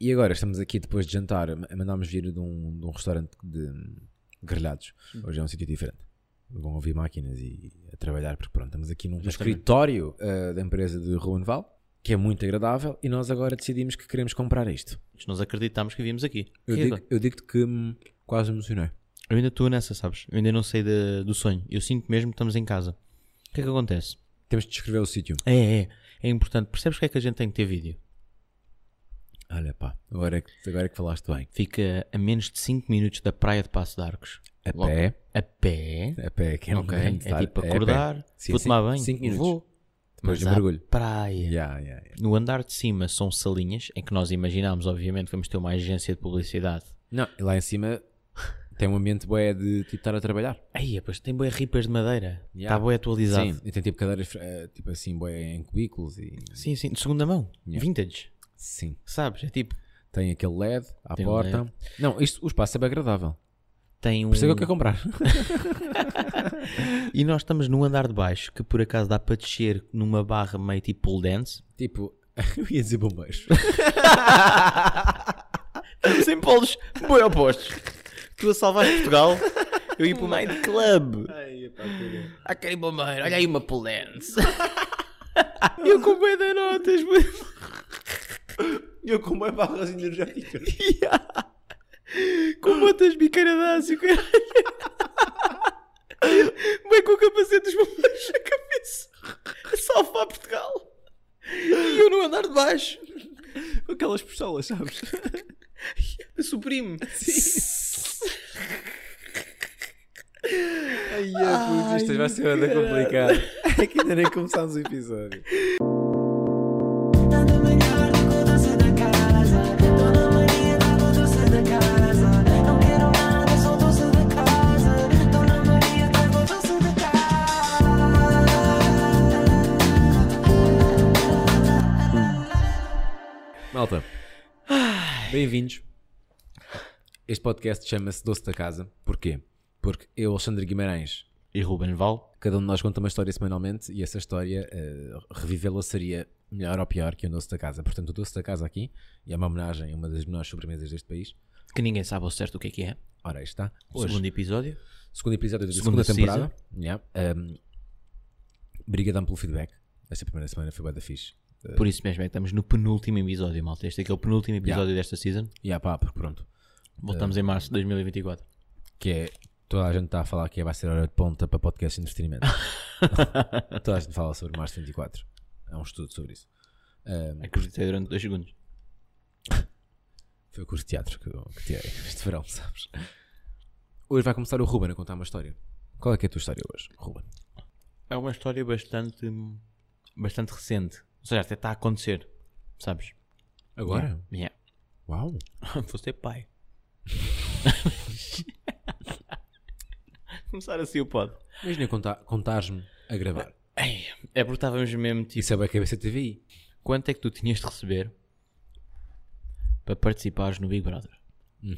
E agora estamos aqui depois de jantar, a mandámos vir de um, de um restaurante de grelhados. Hoje é um sítio diferente. Vão ouvir máquinas e a trabalhar, porque pronto, estamos aqui num Justamente. escritório ah, da empresa de Ruanval, que é muito agradável, e nós agora decidimos que queremos comprar isto. Isto nós acreditámos que vimos aqui. Eu E digo- agora? eu digo-te que hum, quase emocionei. Eu ainda estou nessa, sabes? Eu ainda não sei da- do sonho. Eu sinto mesmo que estamos em casa. O que é que acontece? Temos de descrever o sítio. É, é. É importante. Percebes que é que a gente tem que ter vídeo? Olha pá, agora é que, agora é que falaste bem. Fica a menos de 5 minutos da praia de Passo de Arcos. A Logo- pé. A pé. A pé, que é um Ok. grande É dar- tipo a acordar, pé. Sim, vou sim, tomar banho, cinco minutos. vou. Depois de um mas à mergulho. praia. Yeah, yeah, yeah. No andar de cima são salinhas em que nós imaginámos, obviamente, que vamos ter uma agência de publicidade. Não, e lá em cima tem um ambiente bué de tipo estar a trabalhar. Aí, é, pois tem boé ripas de madeira. Está Yeah. boé atualizado. Sim, e tem tipo cadeiras eh, tipo assim, bué em cubículos e Sim, sim, de segunda mão. Vintage. sim. Sabes? É tipo. Tem aquele LED à Tem um porta. Não, isto, o espaço é bem agradável. Tem um. Por isso é que eu quero comprar. E nós estamos no andar de baixo, que por acaso dá para descer numa barra meio tipo pole dance. tipo, eu ia dizer bombeiros. Sem polos boi opostos. Tu a salvaste Portugal, eu ia para o Mind Club. Ah, querido bombeiro, olha aí uma pole dance. eu com bem de notas, mas... eu com bué barras energéticas. com botas biqueira de aço e o caralho. Bem com o capacete dos bombeiros na cabeça. A salvar Portugal. E eu no andar de baixo. com aquelas pistolas, sabes? Suprime. Ai, é, puto, isto vai ser ainda complicado. É que ainda nem começámos o episódio. Dona Maria do doce da casa. Dona Maria do doce da casa. Não quero nada, sou doce da casa. Dona Maria do doce da casa. Malta, bem-vindos. Este podcast chama-se Doce da Casa. Porquê? Porque eu, Alexandre Guimarães, E Ruben Val? cada um de nós conta uma história semanalmente e essa história, eh, revivê-la seria melhor ou pior que o Doce da Casa. Portanto, o Doce da Casa aqui é uma homenagem a uma das melhores sobremesas deste país. Que ninguém sabe ao certo o que é que é. Ora, aí está. Hoje, Segundo episódio. Segundo episódio da Segunda segunda, temporada. Yeah. Um, brigadão pelo feedback. Esta primeira semana foi bué da fixe. Por isso mesmo é que estamos no penúltimo episódio, malta. Este aqui é o penúltimo episódio desta season. E ah pá, porque pronto. Voltamos em março de 2024. Que é. Toda a gente está a falar que vai ser hora de ponta para podcast de entretenimento. toda a gente fala sobre março 24. Há um estudo sobre isso. Acreditei durante dois segundos. Foi o curso de teatro que, eu- que tirei este verão, sabes? Hoje vai começar o Ruben a contar uma história. Qual é que é a tua história hoje, Ruben? É uma história bastante. bastante recente. Ou seja, até está a acontecer. Sabes? Agora? Yeah. Uau! Vou ser pai. Começar assim o pod. Imagina contar, contares-me a gravar. Ei, É porque estávamos mesmo tipo. Ah, Isso é bem cabeça TVI. Quanto é que tu tinhas de receber para participares no Big Brother? Hum.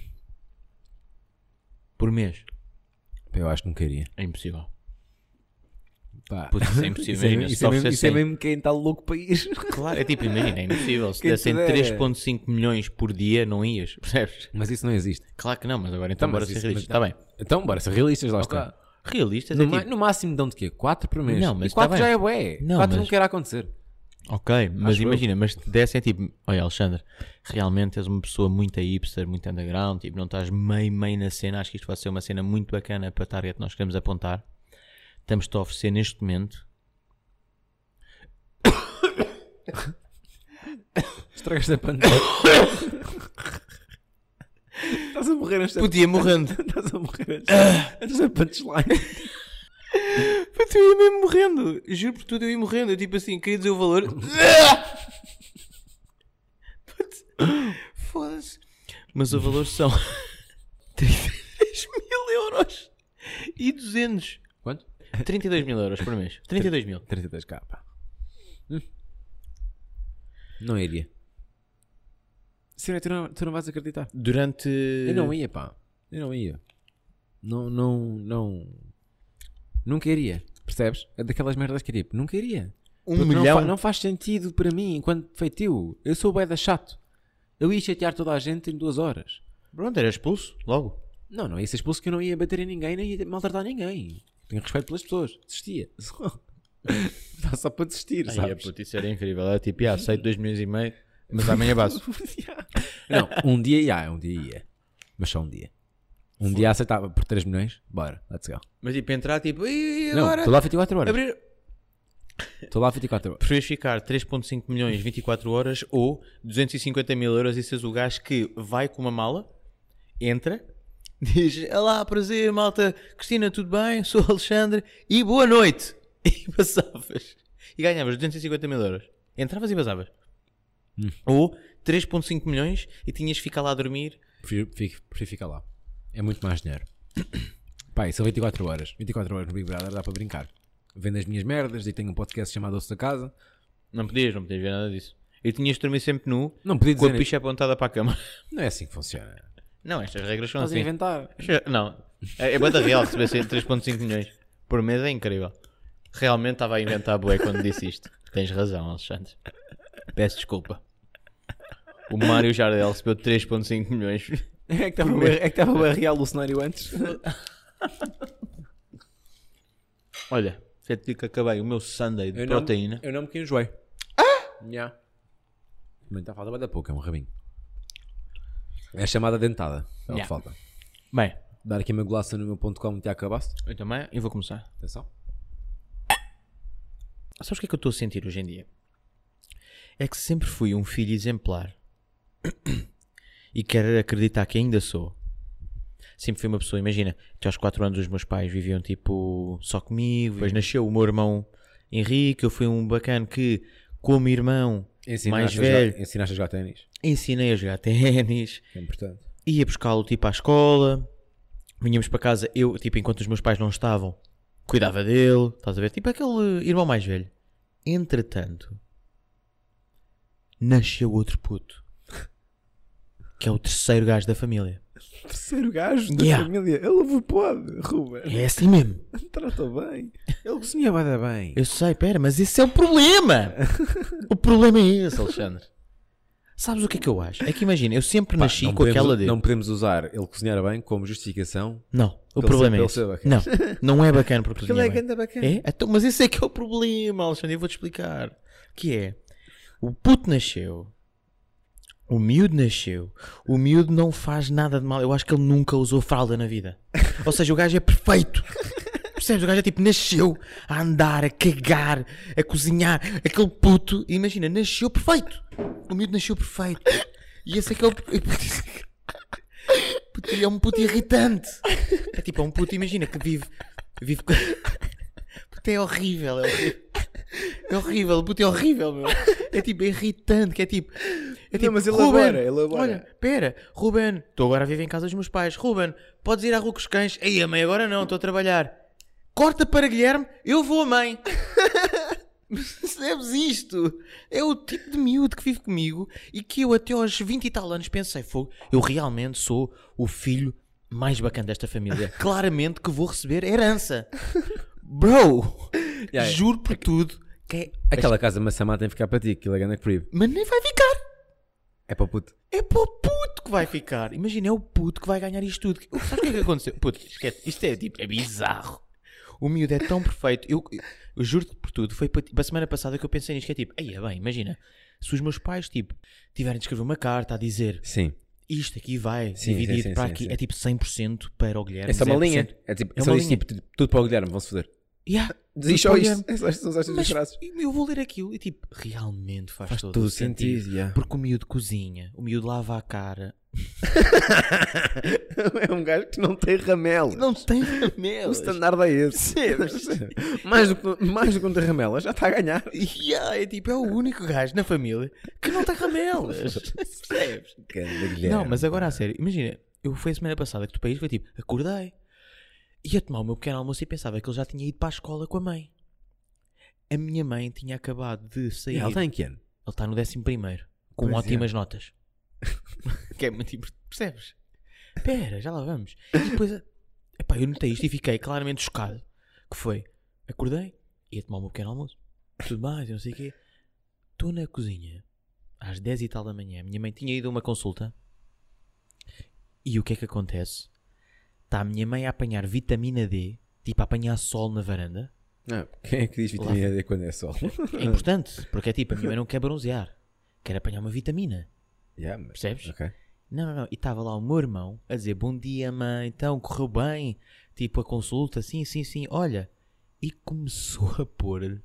Por mês? Pá, Eu acho que não queria. É impossível. Pá. Puto, isso é impossível. Isso é, imagina, mesmo- se isso é mesmo, oferecessem- isso é mesmo quem está louco para ir. Claro, é tipo, imagina, é impossível. Se Quem te dessem dera. 3,5 milhões por dia, não ias, percebes? Mas isso não existe. Claro que não, mas agora então, Então, bora mas ser isso- realistas. mas- Está bem. Então, bora ser realistas, lá está. Realistas No, é ma- tipo. no máximo dão de quê? 4 por mês. Não, mas e 4 tá já bem. é bué. Não, 4 não mas- quer acontecer. Ok, mas Acho eu. imagina, mas te dessem tipo, olha Alexandre, realmente és uma pessoa muito hipster, muito underground, tipo, não estás meio, meio na cena, acho que isto vai ser uma cena muito bacana para a target que nós queremos apontar. Estamos-te a oferecer neste momento. Estragas da pandemia. Estás a morrer antes da Podia morrendo. Estás a morrer antes, antes da punchline. Puto, eu ia mesmo morrendo. Juro por tudo, eu ia morrendo. Eu tipo assim, queria dizer o valor. Puto, Foda-se. Mas o valor são 33 mil euros e 200. Quanto? 32 mil euros por mês. 32 mil. 32k, pá. Hum. Não iria. Senhora, tu não, tu não vais acreditar. Durante. Eu não ia, pá. Eu não ia. Não, não, não. Nunca iria. Percebes? É daquelas merdas que é tipo, nunca iria. Um Porque não milhão? fa- Não, faz sentido para mim enquanto feitio. Eu sou o da chato. Eu Eu ia chatear toda a gente em duas horas. Pronto, era expulso, logo. Não, não ia ser expulso que eu não ia bater em ninguém, nem ia maltratar ninguém. Tenho respeito pelas pessoas. Desistia. Só, só para desistir, Aí, é sabes? puto, isso era incrível. Era tipo, ah, aceito dois milhões e meio, mas amanhã passo. Não, um dia ia, um dia ia. Mas só um dia. Um dia aceitava por 3 milhões, bora, let's go. mas tipo, entrar tipo, e Não, agora? estou lá 24 horas. abrir. Estou lá 24 horas. Preferias ficar 3.5 milhões 24 horas ou 250 mil euros e seres o gajo que vai com uma mala, entra, diz, olá, prazer, malta, Cristina, tudo bem? Sou o Alexandre e boa noite. E passavas. E ganhavas 250 mil euros. Entravas e vazavas. Hum. Ou 3.5 milhões e tinhas que ficar lá a dormir. Prefiro, prefiro- prefiro ficar lá. É muito mais dinheiro. Pai, são 24 horas. 24 horas no Big Brother dá para brincar. Vendo as minhas merdas e tenho um podcast chamado Osso da Casa. Não podias, não podias ver nada disso. E tinhas de dormir sempre nu, Não podia com a dizer. picha apontada para a cama. Não é assim que funciona. Não, estas regras são Estás a assim. inventar. Não, é, é banda real receber 3.5 milhões por mês é incrível. Realmente estava a inventar bué quando disse isto. Tens razão, Alexandre. Peço desculpa. O Mário Jardel recebeu 3.5 milhões. É que estava bem- é que estava bem real o cenário antes. Olha, já te digo que acabei o meu Sunday de Eu não- proteína. Eu não me enjoei. Ah! Yeah. Também está a falta bué da pouco, é um rabinho. É a chamada dentada. É o Yeah. que falta. Bem, Dar aqui uma golaça no meu.com até acabaste. eu também e vou começar. Atenção. Sabes o que é que eu estou a sentir hoje em dia? É que sempre fui um filho exemplar. E quero acreditar que ainda sou. Sempre fui uma pessoa, imagina, até aos 4 anos os meus pais viviam tipo só comigo. Depois nasceu o meu irmão Henrique, eu fui um bacana que, como irmão, mais Ensinaste a jogar- velho, Ensinaste a jogar ténis. ensinei a jogar ténis que É importante. ia buscá-lo tipo à escola, vinhamos para casa, eu, tipo, enquanto os meus pais não estavam, cuidava dele, estás a ver? Tipo aquele irmão mais velho. Entretanto, nasceu outro puto, que é o terceiro gajo da família. Terceiro gajo da Yeah. família. Ele levou pode, Ruben. É assim mesmo. Trata bem. Ele cozinha vai dar bem. Eu sei, pera, mas esse é o problema. o problema é esse, Alexandre. Sabes o que é que eu acho? É que imagina, eu sempre nasci com podemos, aquela de. Não podemos usar ele cozinhar bem como justificação. Não, o Pelo problema ser- é pelo esse. ser bacana. Não, não é bacana porque, Ele cozinha é bem. ganda bacana. É? Então, mas esse é que é o problema, Alexandre. Eu vou-te explicar. Que é: o puto nasceu, o miúdo nasceu, o miúdo não faz nada de mal. Eu acho que ele nunca usou fralda na vida. Ou seja, o gajo é perfeito. Percebes? O gajo é tipo, nasceu a andar, a cagar, a cozinhar. Aquele puto, imagina, nasceu perfeito. O miúdo nasceu perfeito. E esse é que é o. Puto, ele é um puto irritante. É tipo, é um puto, imagina, que vive. vive... com- Puto, é horrível, é horrível. É horrível, puto, é horrível, meu. É tipo, é irritante, que é tipo. É tipo, mas "Ruben, elabora, elabora." Olha, pera, Ruben, estou agora a viver em casa dos meus pais. Ruben, podes ir à rua com os cães? Ei, a mãe, agora não, estou a trabalhar. Corta para Guilherme, eu vou a mãe. Percebes isto? É o tipo de miúdo que vive comigo e que eu até aos 20 e tal anos pensei, fogo, eu realmente sou o filho mais bacana desta família. Claramente que vou receber herança. Bro, Yeah. juro por tudo que é... Aquela casa maçamá tem que ficar para ti, aquilo é ganda creep. Mas nem vai ficar. É para o puto. É para o puto que vai ficar. Imagina, é o puto que vai ganhar isto tudo. Sabes o que é que aconteceu? Puto, esquece. Isto é tipo, é bizarro. O miúdo é tão perfeito. Eu, eu- eu juro-te por tudo. Foi para a semana passada que eu pensei nisto. Que é tipo, aí é bem, imagina. Se os meus pais, tipo, tiverem de escrever uma carta a dizer Sim. isto aqui vai Sim, dividido sim, sim, para sim, aqui, sim. é tipo 100% para o Guilherme. É só uma 0%. linha. É tipo, É é uma só isso, linha. tipo, tudo para o Guilherme, vão-se foder. Yeah. Diz Tudo só para o isto. Guilherme. Essas são as Mas tuas frases. eu vou ler aquilo e tipo, realmente faz, todo, todo o sentido. sentido, yeah. Porque o miúdo cozinha, o miúdo lava a cara, É um gajo que não tem ramela. Não tem ramelas. é esse. mais, do que, mais do que um de ramela, já está a ganhar. Yeah, é tipo, é o único gajo na família que não tem ramelas. Percebes? não, mas agora a sério, imagina, eu fui a semana passada que tu país foi tipo, acordei, ia tomar o meu pequeno almoço e pensava que ele já tinha ido para a escola com a mãe. A minha mãe tinha acabado de sair. Ele tem que ano? Ele está no décimo primeiro, com Pois é. ótimas notas. que é muito importante, percebes? Pera, já lá vamos. E depois, epá, eu notei isto e fiquei claramente chocado. Que foi, acordei, ia tomar o meu pequeno almoço, tudo mais, eu não sei o quê. Estou na cozinha, às 10 e tal da manhã. Minha mãe tinha ido a uma consulta. E o que é que acontece? Está a minha mãe a apanhar vitamina D, tipo a apanhar sol na varanda. Não, quem é que diz vitamina D quando é sol? É importante, porque é tipo, a minha mãe não quer bronzear, quer apanhar uma vitamina, yeah, mas... percebes? Ok. Não, não, não. E estava lá o meu irmão a dizer: Bom dia, mãe, então correu bem? Tipo, a consulta, sim, sim, sim, olha. E começou a pôr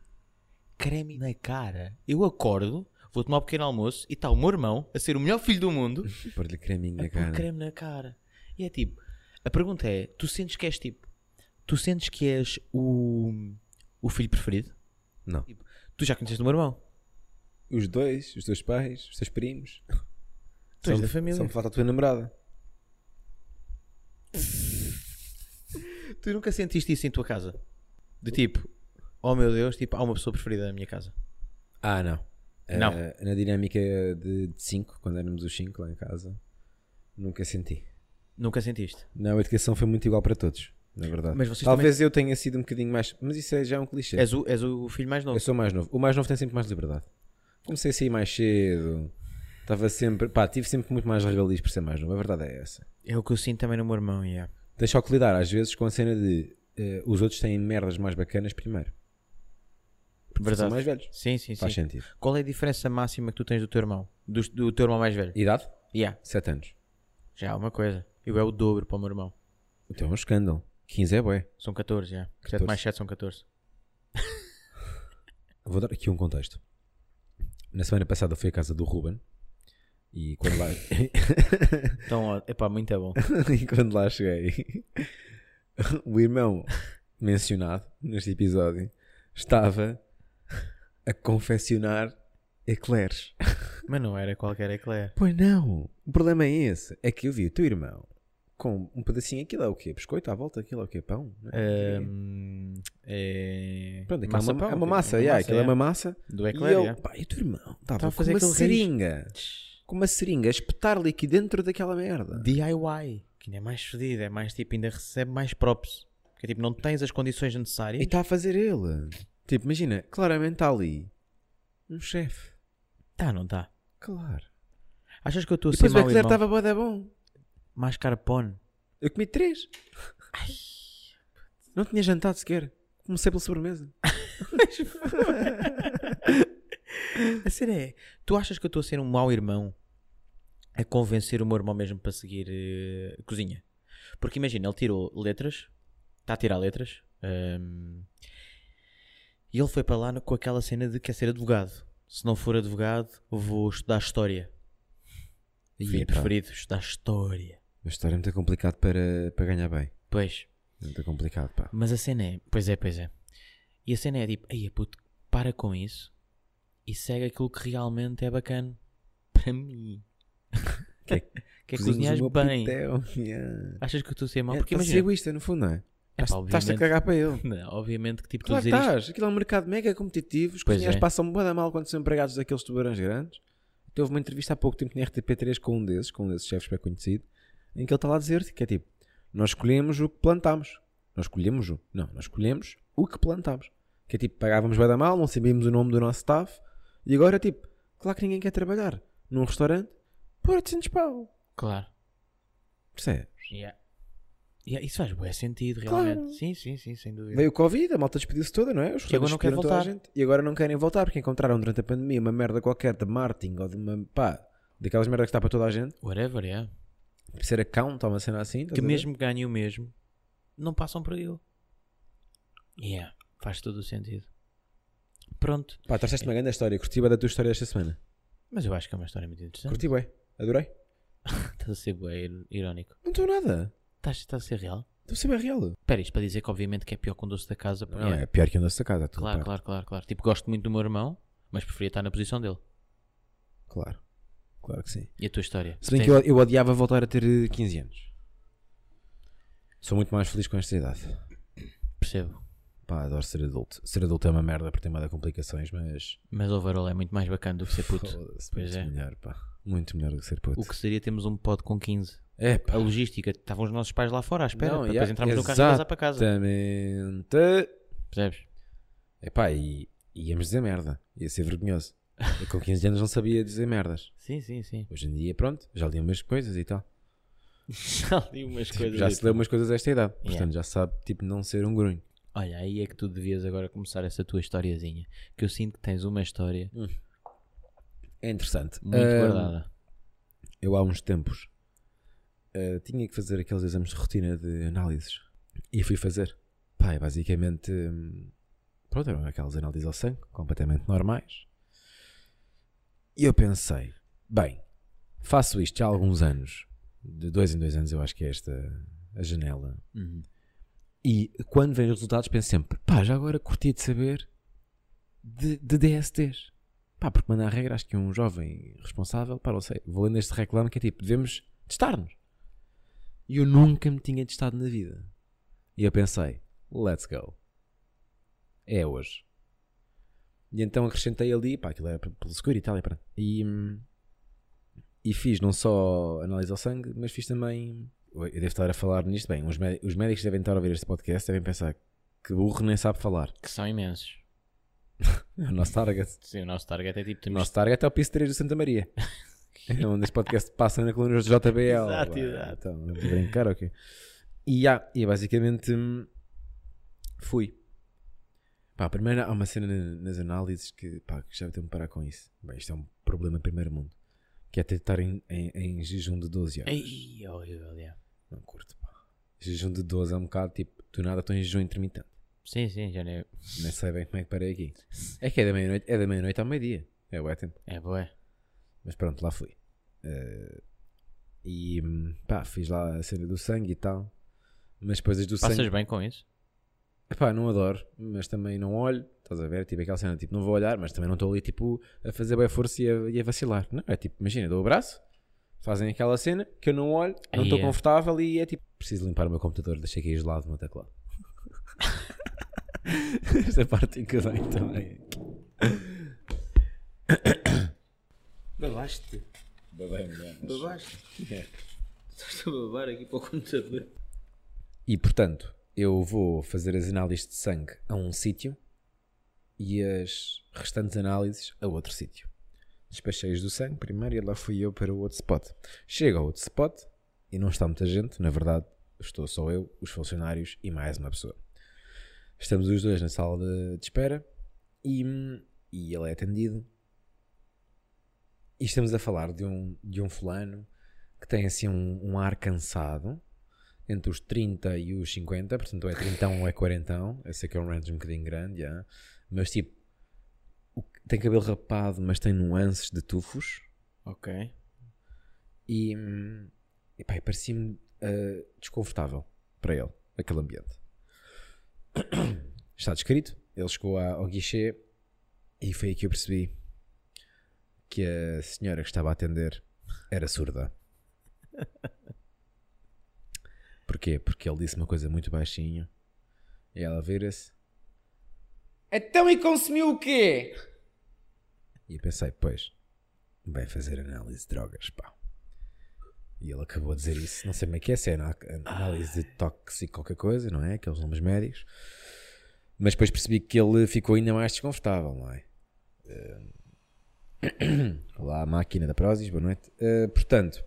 creme na cara. Eu acordo, vou tomar um pequeno almoço e está o meu irmão a ser o melhor filho do mundo Pôr-lhe creminho na É pôr cara. creme na cara. E é tipo: A pergunta é: Tu sentes que és tipo, tu sentes que és o, o filho preferido? Não. Tipo, tu já conheces o meu irmão? Os dois, os teus pais, os teus primos. Tu és Só- da família. Só me falta a tua namorada. Tu nunca sentiste isso em tua casa? De tipo, oh meu Deus, tipo, há uma pessoa preferida da minha casa. Ah, não. Eh, Não. na dinâmica de 5, quando éramos os 5 lá em casa, nunca senti. Nunca sentiste? Não, a educação foi muito igual para todos, na verdade. Mas vocês Talvez eu tenha sido um bocadinho mais. Mas isso é já um clichê. És o, és o filho mais Eu novo. sou mais novo. O mais novo tem sempre mais liberdade. Comecei a sair mais cedo. Estava sempre. Pá, tive sempre muito mais regalias por ser mais novo. A verdade é essa. É o que eu sinto também no meu irmão, yeah. Tens só que lidar, às vezes, com a cena de. eh, os outros têm merdas mais bacanas primeiro. Porque Verdade. São mais velhos. Sim, sim, sim. Faz sentido. Qual é a diferença máxima que tu tens do teu irmão? Do, do teu irmão mais velho? Idade? Yeah. 7 anos. Já é uma coisa. Eu é o dobro para o meu irmão. Então é um escândalo. 15 é bué. São 14, já. 7 14. mais 7 são 14. Vou dar aqui um contexto. Na semana passada fui à casa do Ruben e quando lá, Então, ó, epá, muito é bom. e quando lá cheguei, o irmão mencionado neste episódio estava a confeccionar eclairs. Mas não era qualquer eclair. Pois não, o problema é esse. É que eu vi o teu irmão com um pedacinho, aquilo é o quê? Biscoito à volta, aquilo é o quê? Pão? Não é? Hum, é... Pronto, aquilo é uma, pão, é uma massa, yeah, aquilo é uma massa. Do E eclair, eu, yeah. pá, e o teu irmão estava Estava a a fazer fazer com uma aquele risco. seringa. com uma seringa a espetar líquido dentro daquela merda. DIY, que ainda é mais fedido, é mais tipo, ainda recebe mais props. Porque tipo, não tens as condições E necessárias. está a fazer ele. Tipo, imagina, claramente está ali um chefe. Tá, não tá. Claro. Achas que eu estou E a ser depois o mau eclair irmão? estava bué da bom. Mascarpone. Eu comi três. Não tinha jantado sequer. Comecei pela sobremesa. A sério é, tu achas que eu estou a ser um mau irmão a convencer o meu irmão mesmo para seguir eh, cozinha? Porque imagina, ele tirou letras, está a tirar letras, hum, e ele foi para lá no- com aquela cena de quer ser advogado. Se não for advogado, vou estudar História. Filho epá. preferido, estudar História. A história é muito complicado para, para ganhar bem. Pois, É Muito complicado, pá. Mas a cena é, pois é, pois é. E a cena é tipo, aí puto, para com isso e segue aquilo que realmente é bacana para mim. Que é- que é Cozinhas cozinhas o meu bem. pitel. Yeah. Achas que eu estou a ser mau? É, Porque estás a ser imagina. egoísta, no fundo, não é? Epá, Estás- Estás-te a obviamente. cagar para ele. Não, obviamente que tipo, tu Claro que dizer isto. estás. Aquilo é um mercado mega competitivo. Os Pois cozinheiros é. passam bué da mal quando são empregados daqueles tubarões grandes. Então, houve uma entrevista há pouco tempo na RTP3 com um desses, com um desses chefes bem conhecido, em que ele está lá a dizer que é tipo, nós escolhemos o que plantámos. Nós escolhemos o... Não, nós escolhemos o que plantámos. Que é tipo, pagávamos bué da mal, não sabíamos o nome do nosso staff e agora é tipo, claro que ninguém quer trabalhar num restaurante por 800 pau. Claro. Percebe? Yeah. Yeah, isso faz bué sentido, Claro. realmente. Sim, sim, sim, sem dúvida. Veio o Covid, a malta despediu-se toda, não é? Os Que agora restaurantes não querem despediram toda a voltar. gente. e agora não querem voltar porque encontraram durante a pandemia uma merda qualquer de marketing ou de uma. pá, daquelas merdas que está para toda a gente. Whatever, yeah. Por ser account ou uma cena assim. estás Que a ver? mesmo que ganhem o mesmo, não passam por ele. Yeah, faz todo o sentido. Pronto. Pá, trouxeste uma grande história. Curti bem da tua história esta semana. Mas eu acho que é uma história muito interessante. Curti bem. Adorei. Estás a ser bué ir- irónico. Não estou nada. Estás, estás a ser real? Estou sempre real. Espera, isto para dizer que obviamente que é pior que um doce da casa. porque- Não, é pior que um doce da casa. tudo Claro, bem. claro, claro, claro. Tipo, gosto muito do meu irmão, mas preferia estar na posição dele. Claro. Claro que sim. E a tua história? Se bem Tens- que eu, eu odiava voltar a ter eh, 15 anos. Sou muito mais feliz com esta idade. Percebo. Pá, adoro ser adulto. Ser adulto é uma merda porque tem uma de complicações, mas. Mas overall é muito mais bacana do que ser puto. Foda-se, Pois muito é. melhor, pá. Muito melhor do que ser puto. O que seria termos um pod com 15? É, A pá. logística, estavam os nossos pais lá fora à espera Não, para yeah, depois entrarmos no carro e vazar para casa. Exatamente. Percebes? É pá, e e íamos dizer merda. Ia ser vergonhoso. Eu com 15 anos não sabia dizer merdas. Sim, sim, sim. Hoje em dia, pronto, já li umas coisas e tal. Já li umas Tipo, coisas. já aí. se leu umas coisas a esta idade. Portanto, Yeah. já sabe, tipo, não ser um grunho. Olha, aí é que tu devias agora começar essa tua historiazinha. Que eu sinto que tens uma história É interessante. muito Ahm, guardada. Eu há uns tempos eh, tinha que fazer aqueles exames de rotina de análises e fui fazer. Pá, e basicamente, hum, pronto, eram aquelas análises ao sangue, completamente normais. E eu pensei, bem, faço isto já há alguns anos, de dois em dois anos eu acho que é esta a janela. Uhum. E quando vejo os resultados penso sempre, pá, já agora curti de saber de, de DSTs. Pá, porque manda a regra, acho que um jovem responsável, pá, não sei, vou lendo este reclame que é tipo, devemos testar-nos. E eu nunca me tinha testado na vida. E eu pensei, let's go. É hoje. E então acrescentei ali, pá, aquilo era pelo seguro e tal, e pronto. E, hum, e fiz não só análise ao sangue, mas fiz também. Eu devo estar a falar nisto. Bem, os, mé- os médicos devem estar a ouvir este podcast, devem pensar que burro nem sabe falar. Que são imensos. É o nosso target. Sim, o nosso target é tipo. O Temos... nosso target é o piso 3 do Santa Maria. É onde este podcast passa na coluna do JBL. Exato, Pá, exato. Então, vamos brincar, ok. E, há, e é basicamente hum, fui. Pá, primeiro há uma cena na- nas análises que, pá, que já tenho de parar com isso. Bem, isto é um problema primeiro mundo. Que é tentar em, em, em jejum de 12 horas. Ei, é horrível, é. Não curto, pá. Jejum de 12 é um bocado tipo, do nada estou em jejum intermitente. Sim, sim, já nem. Nem sei bem como é que parei aqui. É que é da meia-noite é da meia-noite ao meio-dia. É o tempo. É boa. Mas pronto, lá fui. Eh, e hum, pá, fiz lá a cena do sangue e tal. Mas depois as do Passas sangue. bem com isso? Pá, não adoro, mas também não olho. Estás a ver? Tipo aquela cena, tipo, não vou olhar, mas também não estou ali, tipo, a fazer bem força e a, e a vacilar. Não, é tipo, imagina, dou o braço, fazem aquela cena que eu não olho, não Aí estou é. confortável e é tipo, preciso limpar o meu computador, deixei aqui gelado no meu teclado. Esta parte encadei também. Babaste. Babaste. Estás a babar aqui para o computador. E portanto, eu vou fazer as análises de sangue a um sítio e as restantes análises a outro sítio. Despachei as do sangue primeiro e lá fui eu para o outro spot. Chego ao outro spot e não está muita gente, na verdade, estou só eu, os funcionários e mais uma pessoa. Estamos os dois na sala de, de espera e, e ele é atendido. E estamos a falar de um, de um fulano que tem assim um- um ar cansado entre os 30 e os 50, portanto ou é 30 ou é 40, eu sei que é um range um bocadinho grande, já. mas tipo, o que- tem cabelo rapado, mas tem nuances de tufos Ok. e, hum, epá, e parecia-me ah, desconfortável para ele, aquele ambiente. Está descrito, ele chegou à- ao guichê e foi aí que eu percebi que a senhora que estava a atender era surda. Porquê? Porque ele disse uma coisa muito baixinho e ela vira-se Então e consumiu o quê? e eu pensei, pois, vai fazer análise de drogas, pá. E ele acabou de dizer isso, não sei como é que é, se é ana- análise de tóxico qualquer coisa, não é? Aqueles nomes médicos. Mas depois percebi que ele ficou ainda mais desconfortável, não é? Eh, Olá, máquina da Prozis, boa noite. Eh, portanto,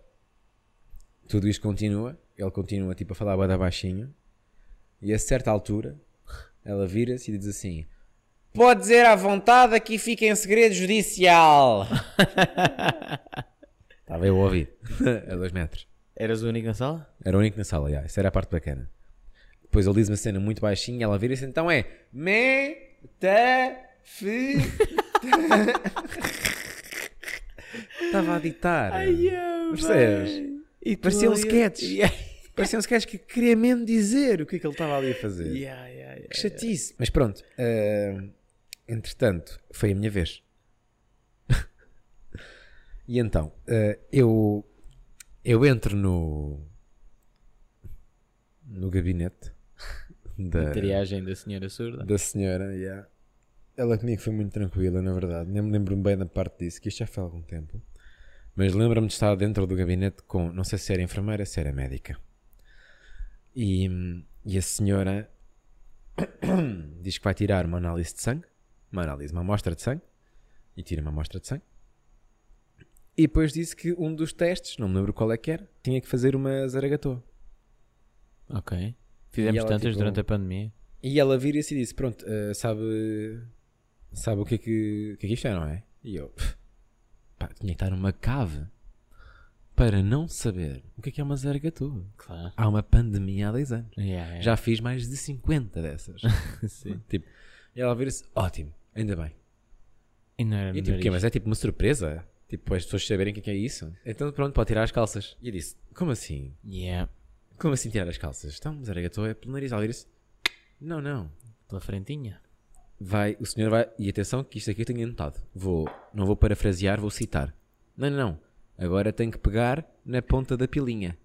tudo isto continua, ele continua tipo a falar bada baixinho, e a certa altura ela vira-se e diz assim: Pode dizer à vontade, aqui fica em segredo judicial. Estava eu a ouvir. a dois metros. Eras o único na sala? Era o único na sala, já. Essa era a parte bacana. Depois ele diz uma cena muito baixinha ela vira e diz, então é... Me... Te... Fi... Estava a ditar. Percebes? E Parecia um sketch. Yeah, Parecia um sketch que queria mesmo dizer o que é que ele estava ali a fazer. yeah, yeah, yeah. Que chatice. Mas pronto. ah, entretanto, foi a minha vez. e então, ah, eu, eu entro no. no gabinete da, É. Triagem da senhora surda. da senhora. yeah. Ela comigo foi muito tranquila, na verdade. Nem me lembro bem da parte disso, que isto já foi há algum tempo. Mas lembro-me de estar dentro do gabinete com, não sei se era enfermeira, se era médica. E, e a senhora diz que vai tirar uma análise de sangue, uma análise, uma amostra de sangue, e tira uma amostra de sangue. E depois disse que um dos testes, não me lembro qual é que era, tinha que fazer uma zaragatoa. Ok. Fizemos E ela, tantas tipo, durante a pandemia. E ela vira-se e disse: Pronto, eh, sabe, sabe o que é que, o que é que isto é, não é? E eu, "Pff, pá, tinha que estar numa cave para não saber o que é que é uma zaragatua. Claro. Há uma pandemia há 10 anos. Yeah, yeah. Já fiz mais de 50 dessas. É. Sim. Tipo, e ela vira-se: Ótimo, ainda bem. E não era E eu, tipo, melhor "Quê? isto. Mas é tipo uma surpresa? Tipo, as pessoas saberem o que é que é isso? Então, pronto, pode tirar as calças. E eu disse: Como assim? Yeah. Como assim tirar as calças? Então, uma zaragatua é pelo nariz. Ela vira-se: Não, não. Pela frentinha. Vai, o senhor vai, e atenção que isto aqui eu tenho anotado. Vou, não vou parafrasear, vou citar. Não, não, não. Agora tenho que pegar na ponta da pilinha.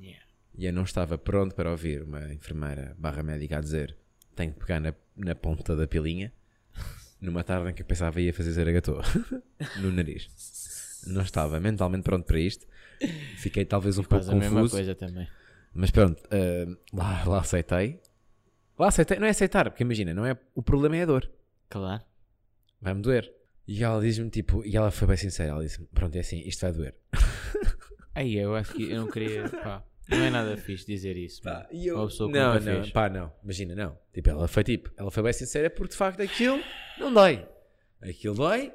Yeah. E eu não estava pronto para ouvir uma enfermeira barra médica a dizer tenho que pegar na, na ponta da pilinha. Numa tarde em que eu pensava ia fazer zaragatoa no nariz. Não estava mentalmente pronto para isto. Fiquei talvez um Faz pouco a mesma confuso. coisa também. Mas pronto, eh, lá, lá aceitei. Lá aceitei, não é aceitar, porque imagina, não é, o problema é a dor. Claro. vai-me doer. E ela diz-me, tipo, e ela foi bem sincera, ela disse-me, pronto, é assim, isto vai doer. Aí eu acho que eu não queria. pá, não é nada fixe dizer isso. mano. e eu, Uma pessoa que não, nunca não, fez. pá, não, imagina, não. Tipo, ela foi tipo, ela foi bem sincera porque de facto aquilo não dói. Aquilo dói,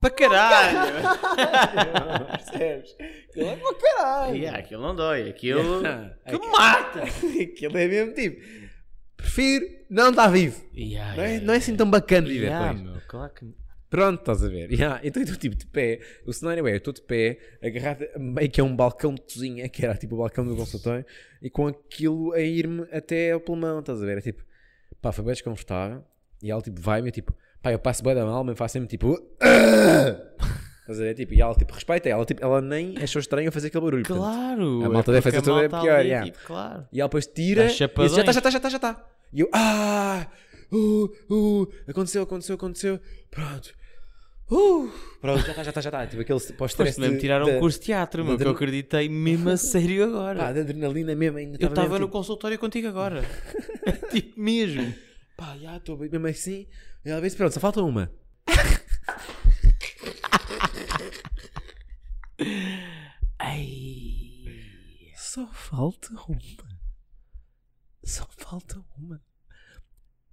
Para caralho! percebes? Aquilo é para caralho. Yeah, aquilo não dói. Aquilo. que mata! aquilo é mesmo tipo, prefiro não estar vivo. Yeah, Não é, yeah, não é assim tão bacana viver com yeah, isto. meu, claro que. Pronto, estás a ver. Yeah. Então eu estou tipo de pé. O cenário é: eu estou de pé, agarrado a meio que é um balcão de cozinha, que era tipo o balcão do consultório, e com aquilo a ir-me até ao pulmão, estás a ver? É tipo, pá, foi bem desconfortável. E ela tipo vai-me, eu tipo, pá, eu passo bem da mal, mas faço sempre tipo. "Ah!" Estás a ver? Tipo, e ela tipo respeita, ela, tipo, ela nem achou estranho eu fazer aquele barulho. portanto. Claro! A malta deve é porque fazer a tudo é malta pior, ali, yeah. tipo, Claro. E ela depois tira. Dá E chapadões. diz, já está, já está, já está, já está. E eu, ah, uh, uh, aconteceu, aconteceu, aconteceu. Pronto. Uh, pronto, já está, já está, já está. Tipo aquele pós-stress. Foste mesmo de- tirar da- um curso de teatro, meu, da- que eu acreditei mesmo a Pá, sério agora. de adrenalina mesmo ainda. eu estava mesmo, no consultório contigo agora. tipo, mesmo. tipo, Pá, já estou bem, mesmo assim. E ela disse, pronto, só falta uma. Ai. Só falta uma. Só falta uma.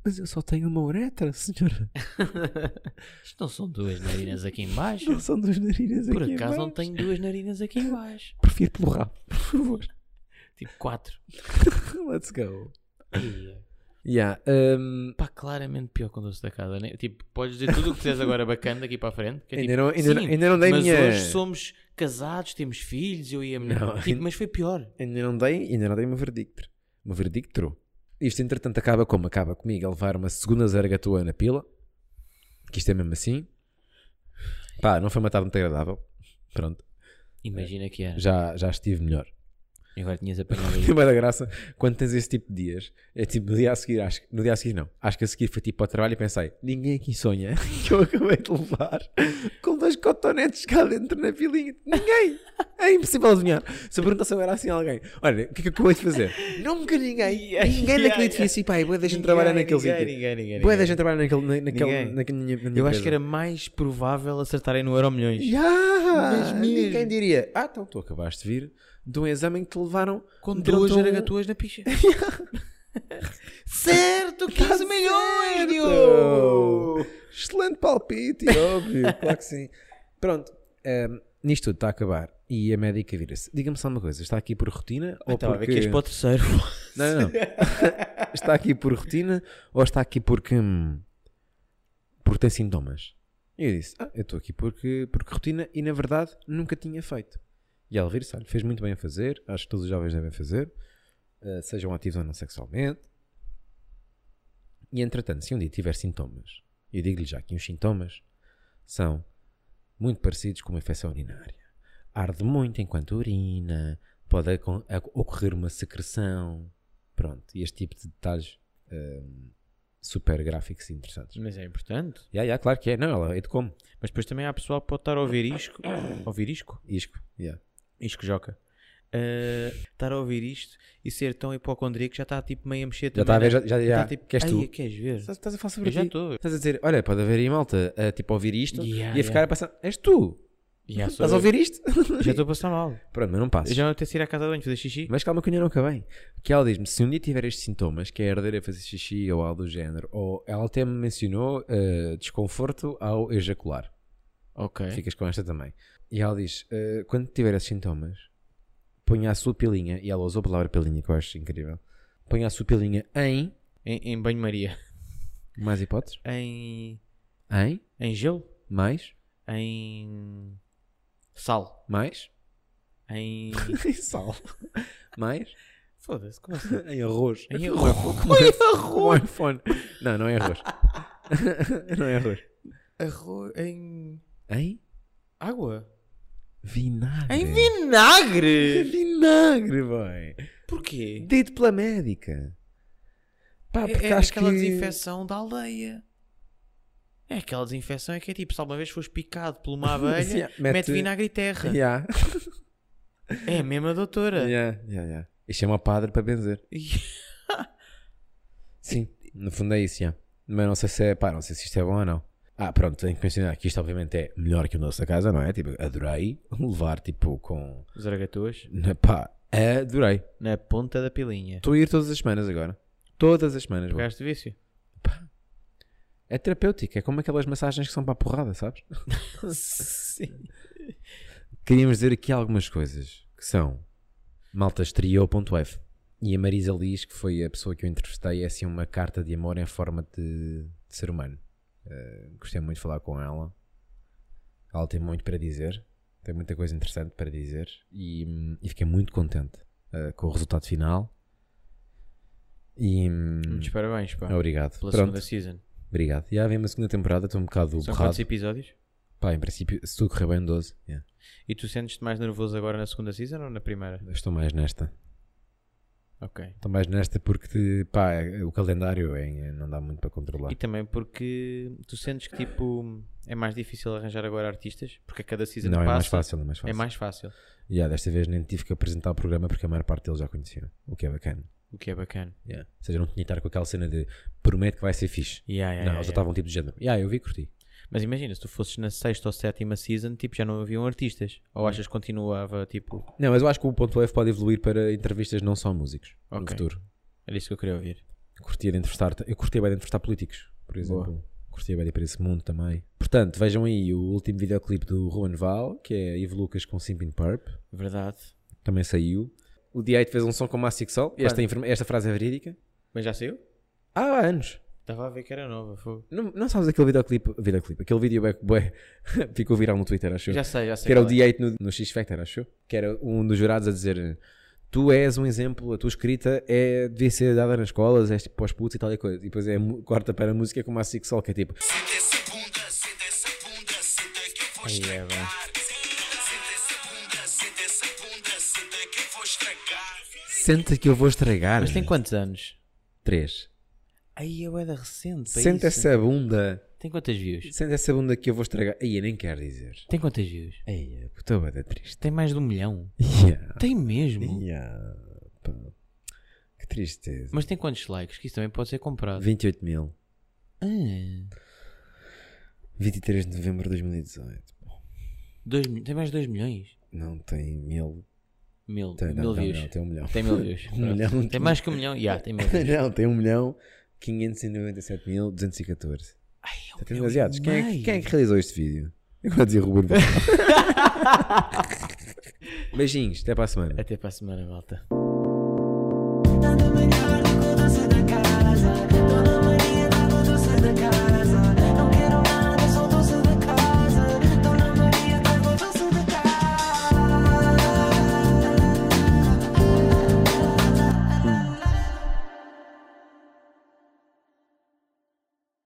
Mas eu só tenho uma uretra, senhora. Isto não são duas narinas aqui em baixo? Não são duas narinas Por aqui acaso embaixo. não tenho duas narinas aqui em baixo. Prefiro pelo rabo, por favor. Tipo, quatro. Let's go. Ai, Yeah, um, Pá, claramente pior com doce da casa. Né? Tipo, podes dizer tudo o que quiseres agora bacana daqui para a frente. que é Ainda tipo, não- ainda não- "Sim, ainda não dei mas minha- hoje somos casados, temos filhos, eu e a minha... Não, tipo, ainda- Mas foi pior. Ainda não dei, ainda não dei o meu verdicto. O meu verdicto. Isto entretanto acaba como? Acaba comigo a levar uma segunda zargatoa na pila. Que isto é mesmo assim. Pá, não foi uma tarde muito agradável. Pronto, Imagina que era. já, já estive melhor. E agora tinhas apanhado aí. Primeira graça, quando tens esse tipo de dias, é tipo no dia a seguir, acho, que- no dia a seguir não. Acho que a seguir foi tipo ao trabalho e pensei, ninguém aqui sonha que eu acabei de levar com dois cotonetes cá dentro na pilinha. Ninguém! É impossível adivinhar. Se eu perguntasse agora assim a alguém, olha, o que é que eu acabei de fazer? Nunca ninguém. Yeah, ninguém yeah, daquele edifício. Pá, é boa, deixa-me trabalhar naquele sítio. Ninguém, ninguém, Boa, deixa-me trabalhar naquele, na, naquele, Ninguém. naquele- na minha, na minha Eu acho empresa." que era mais provável acertarem no Euro Milhões. Yeah, Mas mesmo. ninguém diria, ah, então tu acabaste de vir de um exame em que te levaram Com durante duas um- aragatuas na picha. Tá certo, 15 milhões, Tá Certo! é Diogo! Excelente palpite, é óbvio, claro que sim. Pronto, ehm, nisto tudo está a acabar e a médica vira-se. Diga-me só uma coisa, está aqui por rotina ou Estava Então, a ver é que porque... ias para o terceiro. Não, não, não. está aqui por rotina ou está aqui porque... hum, porque tem sintomas? E eu disse, ah, eu estou aqui porque, porque rotina e na verdade nunca tinha feito. E ela vira-se, olha, fez muito bem a fazer, acho que todos os jovens devem fazer, eh, sejam ativos ou não sexualmente. E entretanto, se um dia tiver sintomas, eu digo-lhe já que os sintomas são muito parecidos com uma infecção urinária. Arde muito enquanto urina, pode acon- a- ocorrer uma secreção, pronto, e este tipo de detalhes hum, super gráficos e interessantes. Mas é importante. Ya, ya, claro que é. Não, ela é de como? Mas depois também há pessoal que pode estar a ouvir isco. ouvir isco? Isco. ya. Isco joca. eh, estar a ouvir isto e ser tão hipocondríaco que já está tipo meio a mexer Já também está a ver, na- já, já, já tá, tipo, queres tu? "Ai, queres ver? Estás, estás a falar sobre Eu já ti. estou. Estás a dizer, olha, pode haver aí malta a tipo, ouvir isto Yeah, e a ficar a passar, és tu? Já sou Estás a eu. ouvir isto? Já estou a passar mal. Pronto, mas não Eu passes. já não tenho de ir à casa de banho fazer xixi. Mas calma que eu ainda não acabei. Que ela diz-me, se um dia tiver estes sintomas, que é arder a fazer xixi ou algo do género, ou ela até me mencionou eh, desconforto ao ejacular. Ok. Ficas com esta também. E ela diz, eh, quando tiver esses sintomas, ponha a sua pilinha, e ela usou a palavra pilinha, que eu acho incrível, ponha a sua pilinha em, Em, em banho-maria. mais hipóteses, Em. em, Em gelo? mais, Em. Sal. mais, Em. em sal, mais, Foda-se, como assim? em arroz. é Em Com o iPhone. Não, não é arroz. não é arroz. Arroz. Em. Em Água? É. vinagre. Em vinagre! vinagre, boy. Porquê? Dito pela médica. Pá, porque É, é acho aquela que... desinfecção da aldeia. É aquela desinfecção é que é tipo, se alguma vez fores picado por uma Sim, abelha, é, mete... mete- vinagre e terra. Yeah. É a mesma doutora. Yeah, yeah, yeah. E chama o padre para benzer. Sim, no fundo é isso, yeah. Mas não sei se é, pá, não sei se isto é bom ou não. Ah, pronto, tenho que mencionar que isto obviamente é melhor que o nosso da casa, não é? Tipo, adorei levar, tipo, com... Zaragatuas. na- Pá, adorei. Na ponta da pilinha. Estou a ir todas as semanas agora. Todas as semanas, vou. Pegaste vício? É terapêutico, é como aquelas massagens que são para a porrada, sabes? Sim. Queríamos dizer aqui algumas coisas que são maltastrio.f e a Marisa Liz, que foi a pessoa que eu entrevistei, é assim uma carta de amor em forma de, de ser humano. Eh, gostei muito de falar com ela. Ela tem muito para dizer, tem muita coisa interessante para dizer e, hum, e fiquei muito contente eh, com o resultado final. E hum, Muitos parabéns, pá. obrigado. Pela Pronto, segunda season. obrigado. Já vem uma segunda temporada, estou um bocado São borrado. quantos episódios? Pá, em princípio, se tudo correr bem, 12. Yeah. E tu sentes-te mais nervoso agora na segunda season ou na primeira? Eu Estou mais nesta. Ok. Estou mais nesta porque, pá, o calendário é- não dá muito para controlar. E também porque tu sentes que tipo é mais difícil arranjar agora artistas porque a cada season Não, é passa mais fácil, é mais fácil. é mais fácil, Yeah, desta vez nem tive que apresentar o programa porque a maior parte deles já conheciam, o que é bacana. o que é bacana. Yeah. Ou seja, não tinha que estar com aquela cena de prometo que vai ser fixe. Yeah, não, yeah, yeah, eles já yeah. estavam tipo de género. Yeah, eu vi e curti. Mas imagina, se tu fosses na sexta ou sétima season, tipo, já não haviam artistas. Hum. Ou achas que continuava, tipo, Não, mas eu acho que o ponto F pode evoluir para entrevistas não só a músicos no Ok. futuro. era isso que eu queria ouvir. Curtia de entrevistar, eu curtia bem de entrevistar políticos, por exemplo. Boa. Curtia bem de ir para esse mundo também. Portanto, vejam aí o último videoclipe do Ruan Val, que é Ivo Lucas com Simpin Purp. Verdade. também saiu. O D8 fez um som com Massic Sol. Esta, informa- esta frase é verídica. Mas já saiu? Há anos. Estava a ver que era nova, fogo. Não, não sabes aquele videoclipe? Videoclipe. Aquele vídeo bué- bué, ficou viral no Twitter, acho eu. Já sei, já sei. Que era o qual é. D8 no, no X Factor, acho eu. Que era um dos jurados a dizer: Tu és um exemplo, a tua escrita é, devia ser dada nas escolas, és tipo para os putos e tal e coisa. E depois é mu- corta para a música com Massic Sol, que é tipo: Senta essa bunda, senta essa bunda, senta que eu vou Aí é estragar. Senta essa bunda, senta essa bunda, senta que eu vou estragar. Senta que eu vou estragar. Mas tem quantos anos? 3. Aí é da recente. para Senta isso. essa bunda, Tem quantas views? senta essa bunda que eu vou estragar. Aí eu nem quero dizer. Tem quantas views? Aí, estou bem triste. Tem mais de um milhão. Yeah. Tem mesmo. Yeah, pá. Que tristeza. Mas tem quantos likes? Que isso também pode ser comprado. 28 mil. Ah, 23 de novembro de 2018. dois mil- tem mais de 2 milhões? Não tem mil. Mil, Tem, não, mil tem um views. milhão, tem um milhão. Tem mil views. Um milhão. Tem mais que um milhão? Já, tem mil views. não, tem 1 milhão 597.214. Ai, é um Está tendo milhão e demasiados. Quem, é, que- meio. quem é que realizou este vídeo? Eu vou dizer Ruben. Val. Beijinhos, até para a semana. Até para a semana, malta. Nada melhor do que o